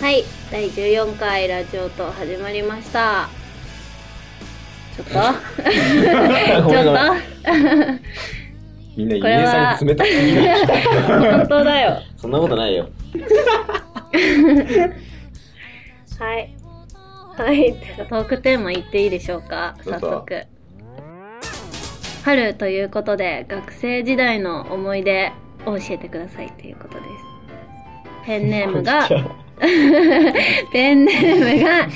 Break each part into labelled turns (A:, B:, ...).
A: 第14回ラジオと始まりましたちょっと ち
B: ごめんご
A: ょ
B: めん
A: っ
B: みんな、ゆりえさんに冷たく言う
A: と本当だよ
B: そんなことないよ。
A: はいはいトークテーマ言っていいでしょうか
B: ど
A: 早
B: うぞ
A: 速春ということで学生時代の思い出を教えてくださいということですペンネーム が ペンネームが、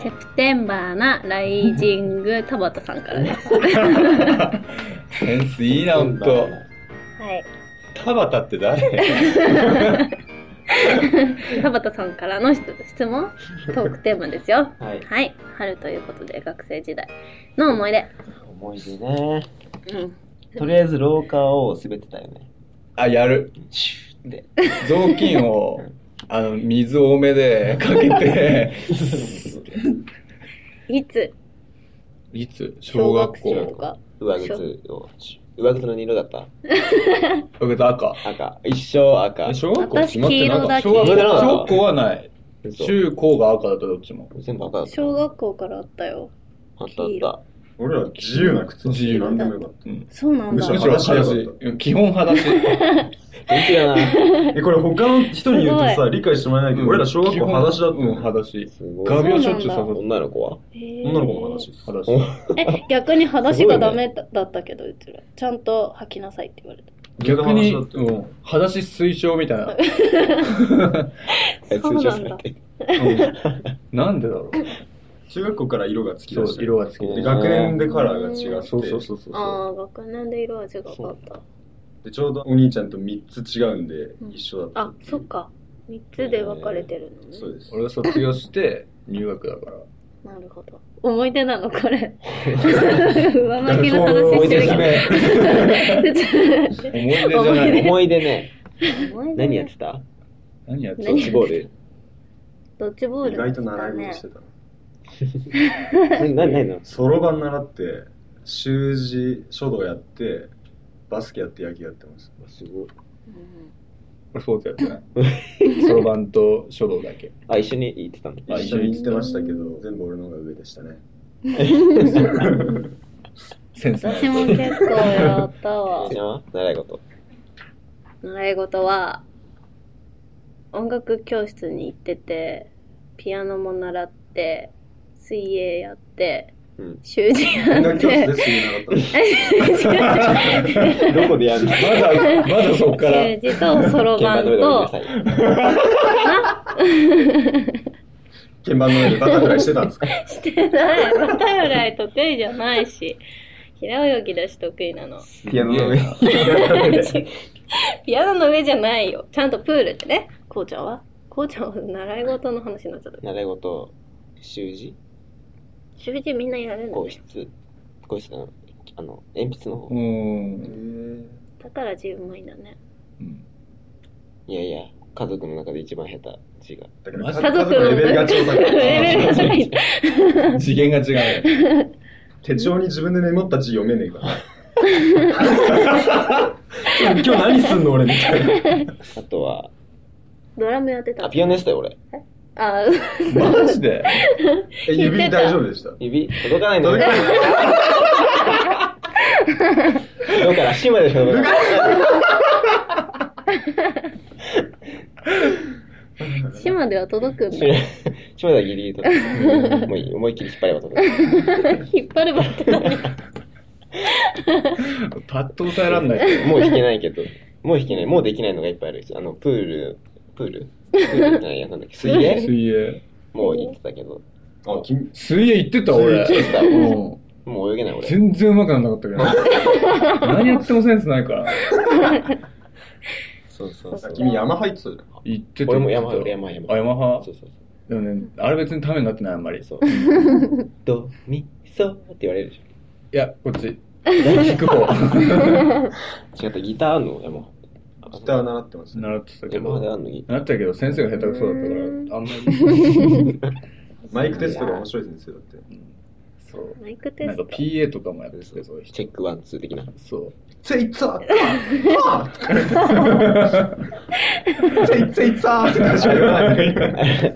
A: セプテンバーなライジング田畑さんからです。
C: センスいいな、ほんと。
A: はい。
C: 田畑って誰
A: 田畑さんからの質質問、トークテーマですよ。
B: はい。
A: はい。春ということで、学生時代の思い出。
B: 思い出ね。
A: うん。
B: とりあえず廊下を滑ってたよね。
C: あ、やる。
B: シューって。
C: 雑巾を、あの、水多めでかけて、
A: いつ
C: いつ
A: 小
C: 小
A: 学
C: 学
A: 生と
C: 校。
A: か。
B: 上靴を。上靴の何色だった
C: だけど赤。
B: 赤。一生赤。
C: 小学校決まってなかった。
A: 私黄
C: 小学
A: 色
C: 校
B: だけ
C: 小学校はない。
B: 嘘
C: 中高が赤だった、どっちも。
B: 全部赤だった。
A: 小学校からあったよ。
B: あったあった。
D: 俺ら自由な靴
C: 自由
D: なんでもよかっ
C: うん。
A: そうなん
C: む
A: だ
C: し。ろ裸足
D: 裸足
C: うん基本裸 足。
B: 元気だな。
D: た。え、これ他の人に言うとさ、理解してもらえないけど、俺ら小学校裸足だった
C: うん、
D: よね。
C: 裸足。
B: すごい。
C: 画鋲しょっちゅう刺さっ
B: 女の子は
A: へー
D: 女の子も裸足。
C: た。裸
B: お
C: 足。
A: え、逆に裸足がダメだだったけど、うちら。ちゃんと履きなさいって言われた。
C: 逆に、
D: 裸足だっ
C: うん、裸足推奨みた いな。
A: そうなん だ。
C: うんなんでだ ろう。
D: た中学校から色がつき
C: そ
D: だ
C: う
D: し、た。
C: 色が好き
D: で
C: で。
D: 学年でカラーが違って、
C: そうそうそうそうそう。
A: ああ、学年で色味が変わった。
D: でちょうどお兄ちゃんと3つ違うんで
A: ん、
D: 一緒だった
A: あ、そっか。3つで分かれてるのね。
D: そうです。
C: 俺が卒業して入学だから。
A: なるほど。思い出なのこ れ。上巻きの話
B: 思
A: して
B: い出
A: る
B: じ
A: け
B: ゃ
A: ど。
B: ね。
C: 思い出
A: 思い
C: じゃない。
A: 出
B: 思い出ね。
A: 思い出
B: 何やってた
C: 何やって
B: ドッジボー ル。
A: ドッジボール
D: 意外と習い事してた。
B: 何何何の
D: そろばん習って、習字、書道やって、バスケやって野球やってます。
B: すごい。
A: うん
C: 俺スポーツやってない。そろばんと書道だけ。
B: あ、一緒に行ってたの。
C: あ
D: 一緒に行ってましたけど、全部俺の方が上でしたね。
C: センスない
A: 私。も結構やったわ
B: 一。緒は習い事。
A: 習い事は、音楽教室に行ってて、ピアノも習って、水泳やって、
B: うん
A: 習字や
D: 音
A: っ
D: 楽教
A: て
D: 室で、すぐ習ったんです。
B: どこでやるの
C: まだ、まだそっから。
A: 習字とそろ
B: 鍵
A: ばん
B: 盤の上で降りな
A: と、
B: さい。
D: 鍵盤の上でバタフライしてたんですか
A: してない。バタフライ得意じゃないし、平泳ぎだし得意なの。
D: ピアノの上に。
A: ピアノの上じゃないよ。ちゃんとプールでね。こうちゃんはこうちゃんは習い事の話になっちゃった。
B: 習い事、習字、
A: 習字みんなやるんだ
B: 皇
A: ね。
B: 室、皇室の、あの、鉛筆の
C: う
B: 方。
D: え
C: ん。
D: ー
A: だから字うまいんだね。
B: いやいや、家族の中で一番下手、字が。
D: だから
A: 家族の
D: レベルが調査
A: レベルが高い。
C: 次元が違うね。
D: 手帳に自分でメモった字読めねえから。今日何すんの俺みたいな。
B: あとは、
A: ドラムやってた。
B: あ、
A: あ
B: ピアノしたよ、俺。
A: あ、
C: マジで。
D: え指
A: 言ってた
D: 大丈夫でした。
B: 指、届かないの
D: 届か
B: ど
D: ない
B: こから、C までしか届かない。
A: 島では届くんだ。
B: C まではギリギリ届かない。もういい思いっきり引っ張れば届く。
A: 引っ張ればって何
C: パッと抑えらんないけど。
B: もう弾けないけど、もう弾けない、もうできないのがいっぱいある。あの、プール、プールプールじゃないや、なんだっけ、水泳
C: 水泳。
B: もう行ってたけど、
D: あ、君、
C: 水泳行ってた俺。
D: 水泳
C: うん
B: もう泳げない、俺。
C: 全然上手くなんなかったけど。何やってもセンスないから。
B: そうそうそう。
D: 君山入ってたじゃん。
C: 行ってた。
B: 俺も山、
C: 行って
B: 山、
C: たあ、
B: 山。
C: 山派
B: そうそうそう。
C: でもね、あれ別にためになってない、あんまり。そう。
B: ドミソって言われるでし
C: いや、こっち。聞く方。
B: ょ。違った、ギターあんの山。
D: ギター習ってました。
C: 習ってたけ
B: 山
C: ど。
B: であんのギ
C: なったけど、先生が下手くそだ
A: うん
C: ったから、あんまり。
D: マイクテストが面白い先生だって。
C: そう。
A: マイクテ
C: なん
A: ス
C: か
A: ト。
C: PA とかもやって
B: タ
C: て、そういう
B: ー。
C: 人
B: チェックワン、ツー的な。
C: そう。
D: ツイッツァーあーとか言ってツイッツイッツァーって感じは言わないで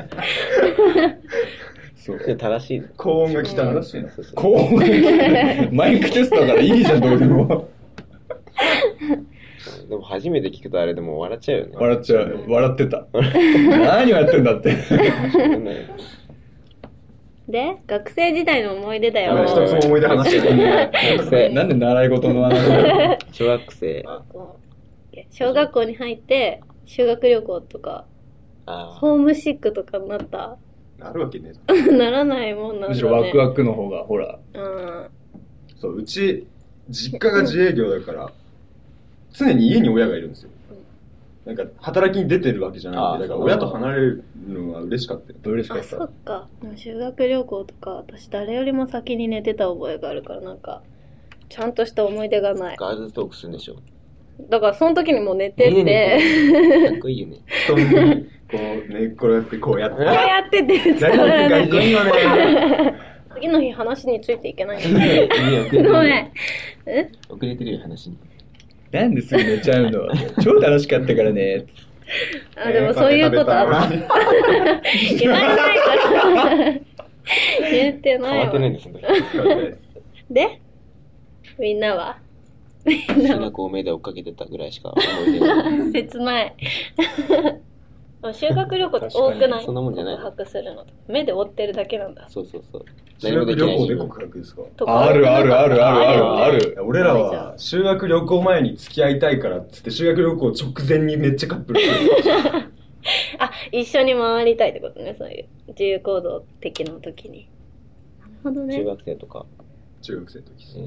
C: そう
B: でも正しいの。
D: 高音が来たら
C: 正しいな
B: そうそう
C: 高音が聞くマイクテストだからいいじゃんどうでも
B: でも初めて聞くとあれでもう笑っちゃうよね。
C: 笑っちゃう笑ってた何笑ってんだって
A: で学生時代の思い出だ
D: あ
A: よ
D: の一つも思い出話してない
B: 学生、
C: なんで習い事の 話
B: 小学生。
A: こう小学校に入って修学旅行とか
B: あ
A: ホームシックとかになった
D: なるわけねえ
A: ならないもんなんだ、ね、
C: むしろワクワクの方がほら
A: うん
D: そううち実家が自営業だから常に家に親がいるんですよなんか働きに出てるわけじゃないんで
B: あ
D: だから親と離れるのは嬉しかったよ
C: 嬉しか
A: あ
C: っ
A: そ
C: た
A: っかでも修学旅行とか私誰よりも先に寝てた覚えがあるからなんかちゃんとした思い出がない
B: あ。ガールズトークするんでしょ。
A: だからその時にもう寝て
B: いい
A: て
B: かっこいいよね。
D: 布団にこう寝っ転がってこうやって
A: こうやってて伝わらな
D: 外
A: い
D: 人よね
A: 次の日話についていけない
B: いい
A: んだ
B: ね遅れて
A: ご
B: るよ
A: めん
B: 遅れてるよ、話に。
C: なんですぐ寝ちゃうの超楽しかったからね
A: あでもそういうことあった
D: た
A: 言ってないから言って
B: 変
A: ない
B: わってない
A: わ
B: んですよ、
A: でみんなは
B: その中高目で追っかけてたぐらいしか思い出がない。
A: 切ない でも修学旅行って多く
C: 確か
A: ない
B: にそんなもんじゃない
A: 告白するのとか目で追ってるだけなんだ
B: そうそうそう。
D: 修学旅行で
B: 何も
D: 告白ですか
A: とか
C: あるあるあるあるあるあ
A: よね
C: る
D: 俺らは修学旅行前に付き合いたいからっつって修学旅行直前にめっちゃカップル
A: あ一緒に回りたいってことねそういう自由行動的な時になるほど
B: できな
A: ね
B: い中学生とか、
D: 中学生の時
B: えー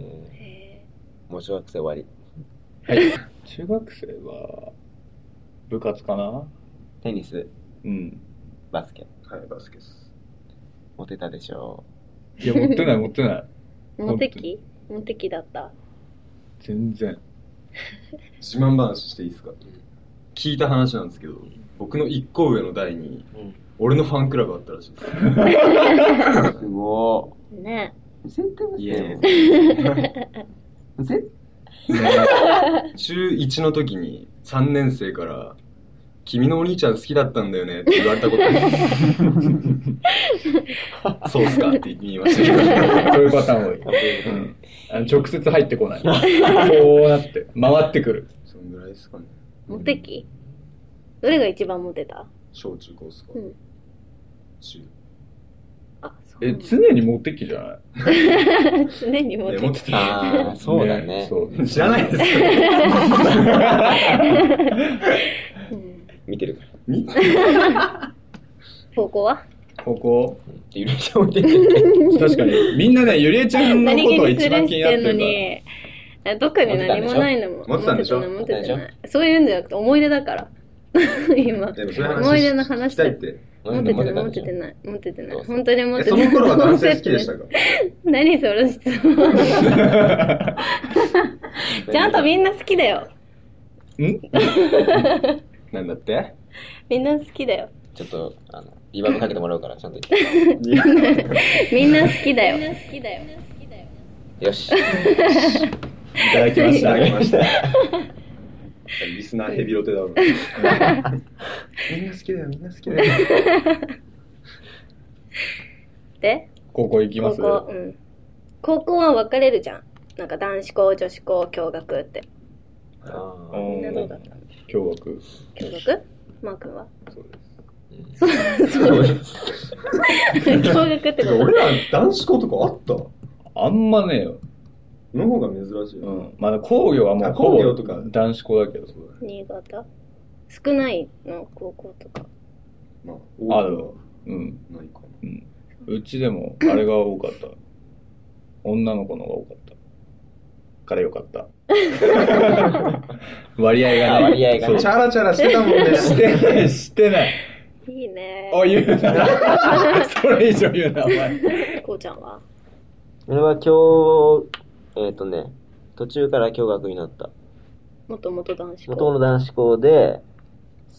A: へ
B: もう小学生終わり。
C: はい中学生は部活かな
B: テニス、
C: うん
B: バスケ。
D: はいバスケです
B: モテたでしょ
C: いや持ってない持ってない
A: ーモテ期モテ期だった
C: 全然
D: 自慢話していいですか聞いた話なんですけど僕の一個上の代に
B: う。うん。
D: 俺のファンクラブあったらしいです
B: すご
A: ね
B: い。絶対モ
D: いやい や
B: 絶
D: 中1の時に3年生から「君のお兄ちゃん好きだったんだよね」って言われたことあるそうっすかって言いましたけど
C: そういうパターン多い、う
B: 対。
C: ん、あの直接入ってこないこうなって回ってくる
D: そんぐらいですかね
A: モテ期どれが一番モテた
D: 小中高っすか、
A: うん
D: 中
A: あそうな
C: え
A: んだ
C: 常にモテ期じゃない
A: 常にモ
D: いや
A: テ
D: 持っ
A: 期
D: てた
B: ああ、そうだね。
C: そう
D: 知らないですけど
A: うん
B: 見てるから。
D: み
A: 高校は
C: ここ
B: うんって許しておいてる。
C: 確かにみんなねゆりえちゃんの
A: 何
C: こ
A: 気
C: とを
A: にす
C: 一
A: る
C: 番
A: ん
C: 気
A: し
C: になってて
A: んの
C: るから
A: にあ特に何もないのも
D: 持ってたんでしょ
A: 持ってたの持ってたないそういうんじゃなくて思い出だから 今
D: でもそういう話
A: 思い出の話
D: 聞きたいって
A: 持っててない持っててない持っ
B: い。
A: ててな
B: ど
A: いう
B: ぞ
A: 本当に持っ
D: え
A: て
D: そ
A: ない
D: の頃は男性好きでしたか
A: 何その質 問ちゃんとみんな好きだよ
D: なんだって
A: みんな好きだよ
B: ちょっと、あの、リバーブかけてもらうから、ちゃんと言っ
D: いや
A: みんな好きだよみんな好きだよ
B: て。よし。
C: いただきま
D: い
C: した
D: た だきま
C: ね
D: した リスナーヘビロテだ ろうみんな好きだよみんな好きだよ
A: で
C: ここ行きま
A: 高
C: す
A: 校うん高校は分かれるじゃんなんか男子校女子校共学って
B: あ
A: みんなどうだ
C: 驚
A: ったの
C: 愕
A: 共学マー君 は
D: そうです
A: そう共学って
D: て
A: こ
D: か
A: と
D: 俺ら男子校とかあっ
C: あんまねえよ、
D: たの方が珍しい、
C: うん、まだ工業はもう
D: あ
C: ほぼ
D: 工業とか
C: 男子校だけど
D: そうだね
A: 新潟少ないの高校とか
D: まあ
C: あ
D: 多
C: る
D: くは
C: うん
D: ないかな
C: うちでもあれが多かった女の子のが多かったからよかった 割合が
B: あ
C: ない
B: 割合がね
C: そう
D: チャラチャラしてたもん ね
C: してないしてない
A: いいね
C: お言うな それ以上言うなお前
A: こうちゃんは
B: 俺は今日、えっとね、途中から共学になった。
A: もともと男子
B: 元
A: 校
B: 々の男子校で、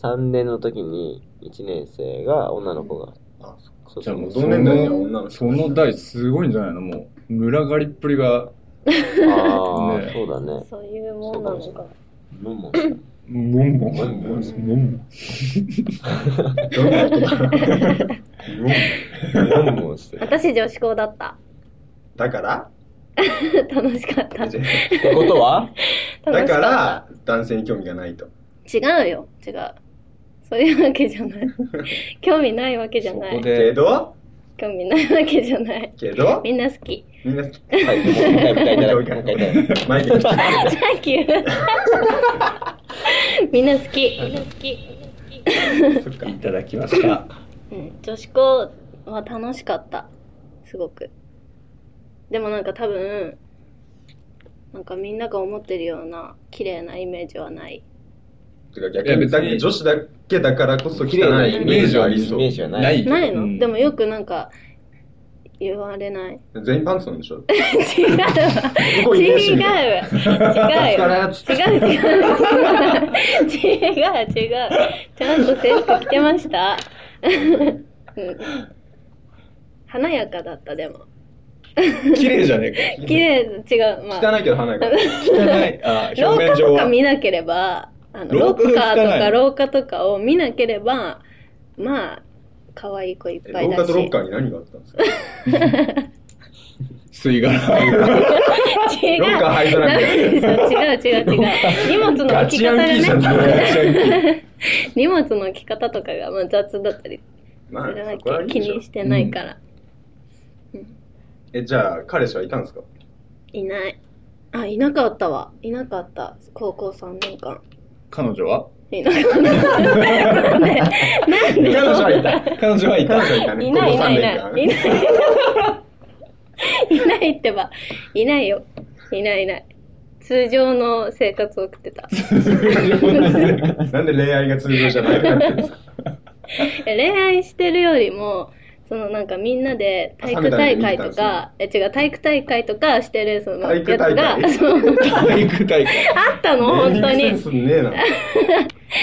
B: 3年の時に1年生が女の子が。
D: あそ
B: そうそ
C: じゃあ
B: う
C: もう
D: 同年代の女の子
C: その代すごいんじゃないのもう群がりっぷりが
B: ああ、
C: ね
B: そうだね。
A: そういうものなのか。
D: もんもん。
C: モンモン。
D: モンモン
C: モン
D: どんな人だろうもん
B: モンモンしてる。
A: 私女子校だった。
D: だから
A: 楽しかった。楽し
B: ってことは
A: か
D: だ
A: っ
D: から、男性に興味がないと。
A: た。違うよ。違う。そういうわけじゃ ない。興味ないわけじゃ
C: そ
A: な
C: こ
A: い。
D: け
C: で、
D: ど、
A: 興味ないわけじゃない。
D: けど、
A: みんな好き。
D: みんな好き。
B: はい、もう一回、もう一回いただき、もう一回いただき。
D: マイケル来て
A: サンキュ ー。みんな好き。みんな好き。
D: るそっか。
C: いただきました。
A: うん、女子校は楽しかった。すごく。でもなんか多分、なんかみんなが思ってるような綺麗なイメージはない。
D: てか
C: いや
D: 逆に
C: 別
D: だ
C: に
D: け女子だけだからこそ
B: 綺麗
D: 汚
B: ないイ
D: イ
B: メ
D: メ
B: ー
D: ー
B: ジ
D: ジ
B: は
D: は
B: あ
D: あ
B: り
D: り
B: そう。
D: そ
B: イメ
D: う
B: ー。ジはない。
C: ない
A: ないの、
C: うん
A: でもよくなんか言われ ない。
D: 全員パンツなんでしょ
A: 違うわ
D: こ
A: 違
D: イメ
A: う
D: ージ
A: 違う違う違う違う違う違う
D: み た
A: ちゃんと制服着てました、うん、華やかだったでも
C: 綺麗じゃねえ
A: 綺麗違うまあ
D: 汚いけ ど花
C: か。
D: が。
C: 汚い。あー、
A: 廊
C: 表
A: 下
C: 面上
A: とか
C: は。
A: 見なければあのロ
C: 廊下
A: ッカーと
C: 汚
A: か
C: い
A: 廊下とかを見なければまあ可愛い子いっ
D: え
A: ぱい
D: 廊
A: だ
D: 下
A: し
D: とロッカーに何があったんです か
C: 吸い殻。
A: 違う
D: ロッカー入ら
A: ダ
D: な
A: メ
D: い。
A: でしょ 違う違う違う荷物の
D: ガ
A: 置き
D: チ
A: 方
D: ヤン
A: が
D: キーじゃん。
A: ね
D: ガチヤンキー
A: 荷物の置き方とかがまあ雑だったり
D: まあ
A: するわ
D: そこはい
A: け
D: い
A: 気
D: でしょ
A: にしてないから、
D: え、じゃあ、彼氏はいたんですか
A: いないあいなかったわいなかった高校3年間
C: 彼女はい
A: なかったなんでなんで
D: 彼女はいた。
C: 彼女はい
D: 彼
C: た。
D: 女はいたね。
A: いないいないい
D: ここ
A: ない
D: 3
A: いない
D: 年
A: いないってばいないよいないいない通常の生活を送って た
D: 間。 なんで恋愛が通常じゃない かってるんですか
A: 恋愛してるよりもそのなんかみんなで体育大会とかえ違う体育大会とかしてるその
D: 体
A: やつ
D: 育大会
A: がそう
C: 体育大会。
A: あったの
D: ネ
A: 本
D: ーミング
A: 当
D: セン
A: に
D: スね えな。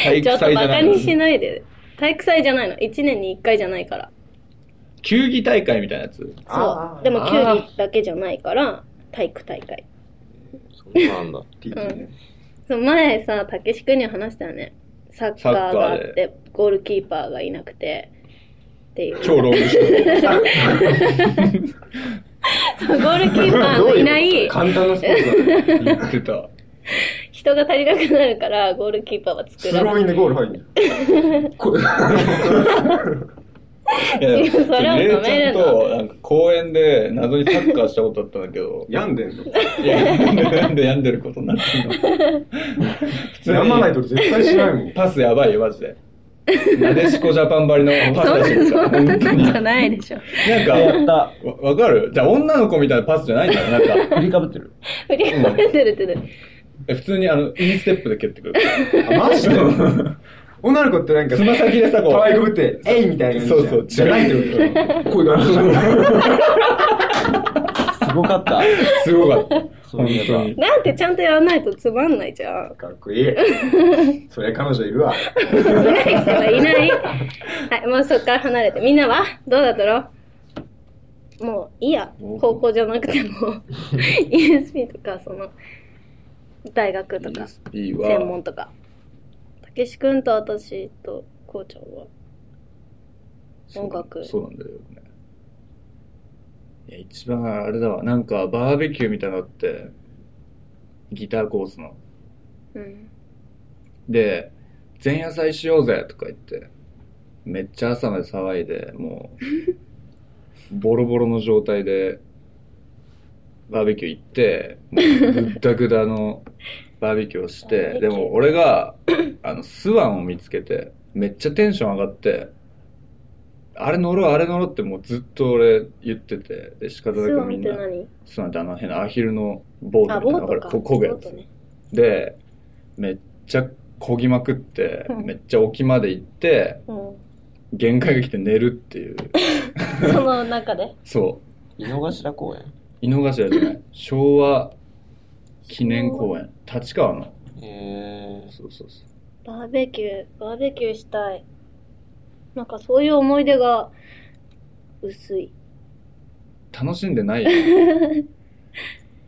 C: 体
A: ちょ
C: 育
A: っと
C: 祭
A: バ
C: じゃな
A: カ
C: い
A: に しないで体育祭じゃないの1年に1回じゃないから
C: 球技大会みたいなやつ。
A: そうでも球技だけじゃないから体育大会
B: そうなんだ。
D: TT ね
A: そう前さ武志君には話したよねサッカーがあっ
C: サッカー
A: てゴールキーパーがいなくてっていう
C: 超ロングショッ
A: そうゴールキーパーのい ない
D: 簡単なスポーツ
C: ト言って た。
A: 人が足りなくなるからゴールキーパーは
D: だ。
A: 作
D: ス
A: ら
D: ロ
A: ない
D: ーインでゴール入んね
C: いや
A: 違うそれは
C: レ
A: 止
C: イち
A: める
C: ゃん
A: の
C: となんか公園で謎にサッカーしたことあったんだ けど、
D: 病んでんの
C: いや、なんで病んでることになっ てんの
D: 病まないと絶対しな いもん。
C: パスやばいよ、マジで。なでしこジャパンばりのパ
A: そ
C: ス
A: ん
C: 出してる
A: な
C: から、
A: そん
C: 本当
A: なん
C: に。
A: じ
C: な
A: ゃないでしょ
C: んか、わわかるじゃあ女の子みたいなパスじゃないんだよ、なんか。
B: 振りかぶってる。
A: 振り込めてるってね
C: え普通にあの、インステップで蹴ってくる。
D: あ、マジで女の子ってなんか、
C: つま先でさ、こ
D: 可愛く
C: う。
D: って、えいみたいな。
C: そうそう、
D: じゃないって
C: 違う
D: こと。声が
B: すごかった。
C: すごかった。
B: そういえば
C: 本当に
A: なんてちゃんとやらないとつまんないじゃん
D: かっこいい。そりゃ彼女いるわ。
A: いない人はいないはいもうそっから離れてみんなはどうだったのもういいや高校じゃなくて も ESP とかその大学とか
C: ESP は
A: 専門とかたけし君と私とこうちゃんは音楽
C: そうなんだよねいや一番あれだわなんかバーベキューみたいなのあってギターコースの
A: うん
C: で前夜祭しようぜとか言ってめっちゃ朝まで騒いでもうボロボロの状態でバーベキュー行ってもうぐったぐだのバーベキューをし
A: バーベ
C: て
A: キュ
C: で
A: ー
C: も俺があのスワンを見つけてめっちゃテンション上がってあれ乗ろうあれ乗ろうってもうずっと俺言っててで仕方
A: ス
C: なく
A: ワ
C: み
A: ンっ
C: ん
A: て
C: な
A: 何
C: スワンってあの変なアヒルのボー
A: あ
C: トみ
A: ボ
C: たいなの
A: ー
C: が
A: トか
C: こ漕ぐや
A: ボー
C: つ
A: トね
C: でめっちゃこぎまくって、
A: うん
C: めっちゃ沖まで行って
A: うん
C: 限界が来て寝るっていう
A: その中で
C: そ
B: 井の頭公園
C: う井の頭じゃない昭和記念公園立川の
B: へ
C: そうそうそ
A: バーベキュー、バーベキューしたい。なんかそういう思い出が薄い。
C: う楽しんでないよ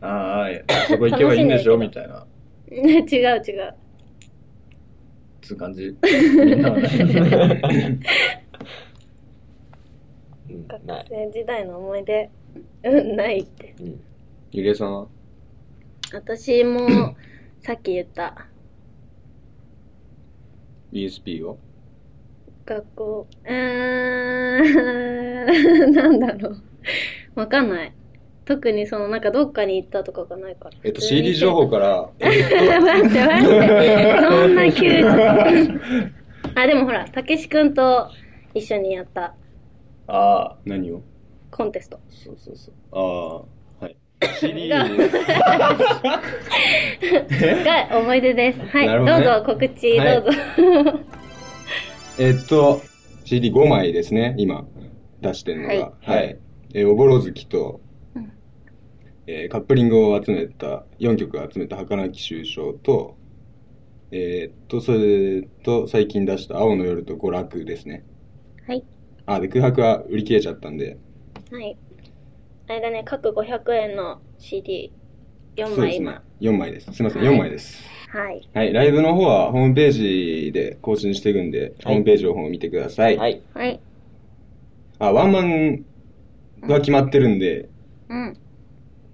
C: ああ、そこ行けばいいんでしょ
A: 楽しん
C: みたいな、
A: 違う違う。
C: つう感じ。みんなは ない。
B: うん
A: 学
B: ない。
A: 生時代の思い出、 うん、ないって。
B: うん。
C: ゆりえさんは
A: 私 も、さっき言った、
C: ?ESP は
A: 学校、うーん、 なんだろう。わかんない。特にその、なんかどっかに行ったとかがないから。
E: えっと、CD 情報 から、えっと
A: 待って待って。そんな急に。 あ、でもほら、たけし君と一緒にやった
C: ああ、何を
A: コンテスト。
C: そうそうそう。ああ、はい。
E: CD
A: がが思い出です。はい、
E: なる
A: ど
E: ほどね
A: うぞ告知、
E: はい
A: どうぞ。
D: えっと、CD5 枚ですね、今、出してるのが。
E: はい
D: はい。えー、おぼろ月と
A: うん、
D: えーカップリングを集めた、4曲集めた儚き終章と、えーっと、それと、最近出した青の夜と娯楽ですね。
A: はい。
D: あ、で、空白は売り切れちゃったんで、
A: はい。あれだね、各500円の CD4
D: そ
A: 枚
D: うですね
A: 今。。
D: 4枚です。すいません、
A: はい
D: 4枚です。
A: はい。
D: はい、ライブの方はホームページで更新していくんで、ホ
B: はい
D: ームページの方を見てください。
B: はい。
A: はい。
D: あ、ワンマンは決まってるんで、
A: うん。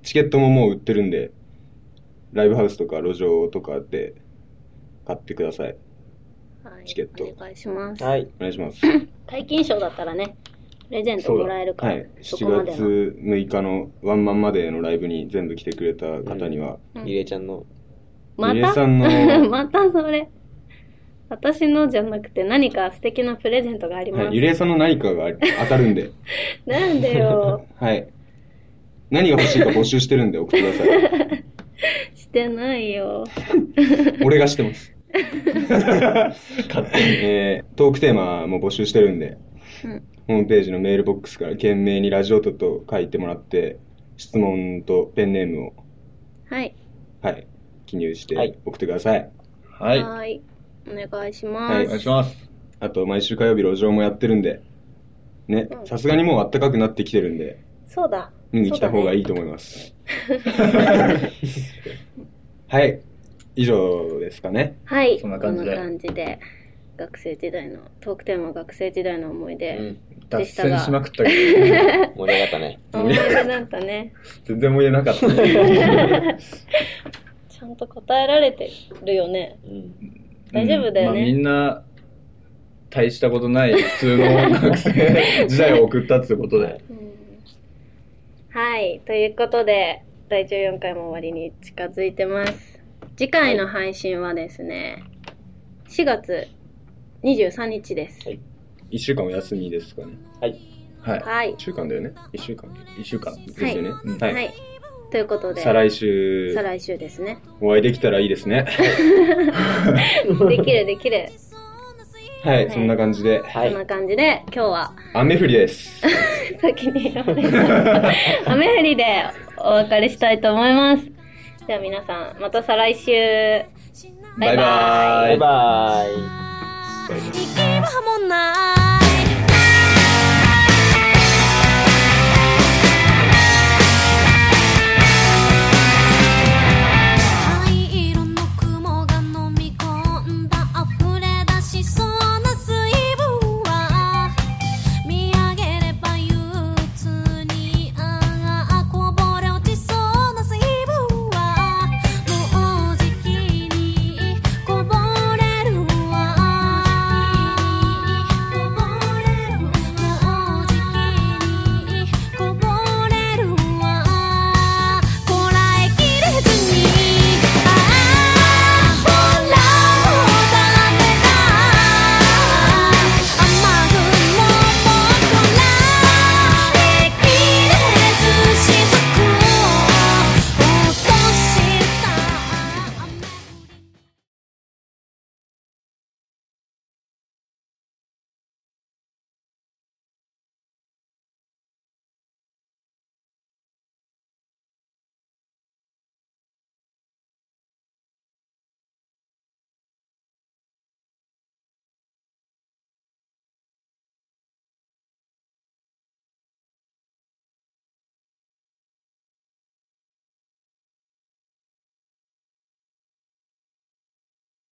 D: チケットももう売ってるんで、ライブハウスとか路上とかで買ってください。
A: はい、
D: チケット
A: お願いします。
B: はい。
D: お願いします。
A: 解禁賞だったらね、プレゼントもらえるか
D: は
A: ら、
D: い。
A: そ
D: 7
A: こまで
D: 月
A: の。
D: 6日のワンマンまでのライブに全部来てくれた方には、
A: うん
B: ゆりえちゃんの。
A: ま
D: ゆりえ
A: た
D: さんの、
A: またそれ。私のじゃなくて何か素敵なプレゼントがあります。
D: はい、ゆりえさんの何かが当たる んで、
A: なんで よ。
D: はい。何が欲しいか募集してるんで送ってください。
A: してないよ。
D: 俺がしてます。えートークテーマも募集してるんで、
A: うん
D: ホームページのメールボックスから懸命にラジオとと書いてもらって、質問とペンネームを、
A: はい。
D: はい、記入し
B: はい
D: て送ってください。
C: はい。お
A: はいお願いし
D: は
A: ます。
D: い
C: 願いします。
D: あと、毎週火曜日路上もやってるんで、ね
A: う、ん
D: さすがにもう暖かくなってきてるんで、
A: そうだ。
D: 見に来た方がいいと思います。 はい、以上ですかね。
A: はい。
C: そんな感じで
A: こんな感じで学生時代の、トークテーマは学生時代の思い出。
B: うん。
C: 脱線しまくったけど、
B: 盛り上がったね。
A: 思い出だったね。
C: 全然も言えなかった。
A: ちゃんと答えられてるよね。
B: うん。
A: 大丈夫だよね
C: まあ、みんな、大したことない普通の学生時代を送ったっていう ことで。
A: はい。ということで、第14回も終わりに近づいてます。次回の配信はですね、4月23日です。
B: はい
D: 1週間お休みですかね。
C: はい。
A: はい
D: 1。週間だよね。1週間。
C: 一週間。
D: ですよね。
C: うん
D: はい。
A: はい。ということで、
D: 再来週
A: 再来週ですね。
D: お会いできたらいいですね。
A: できるできる。
D: は
A: はい
D: い、そんな感じで。
B: は
A: そん
B: い。
A: な感じで、今日は
D: 雨降りです。
A: 先に雨降りでお別れしたいと思います。では皆さん、また再来週。バイバイ。
B: バイバーイ。
F: 息はもな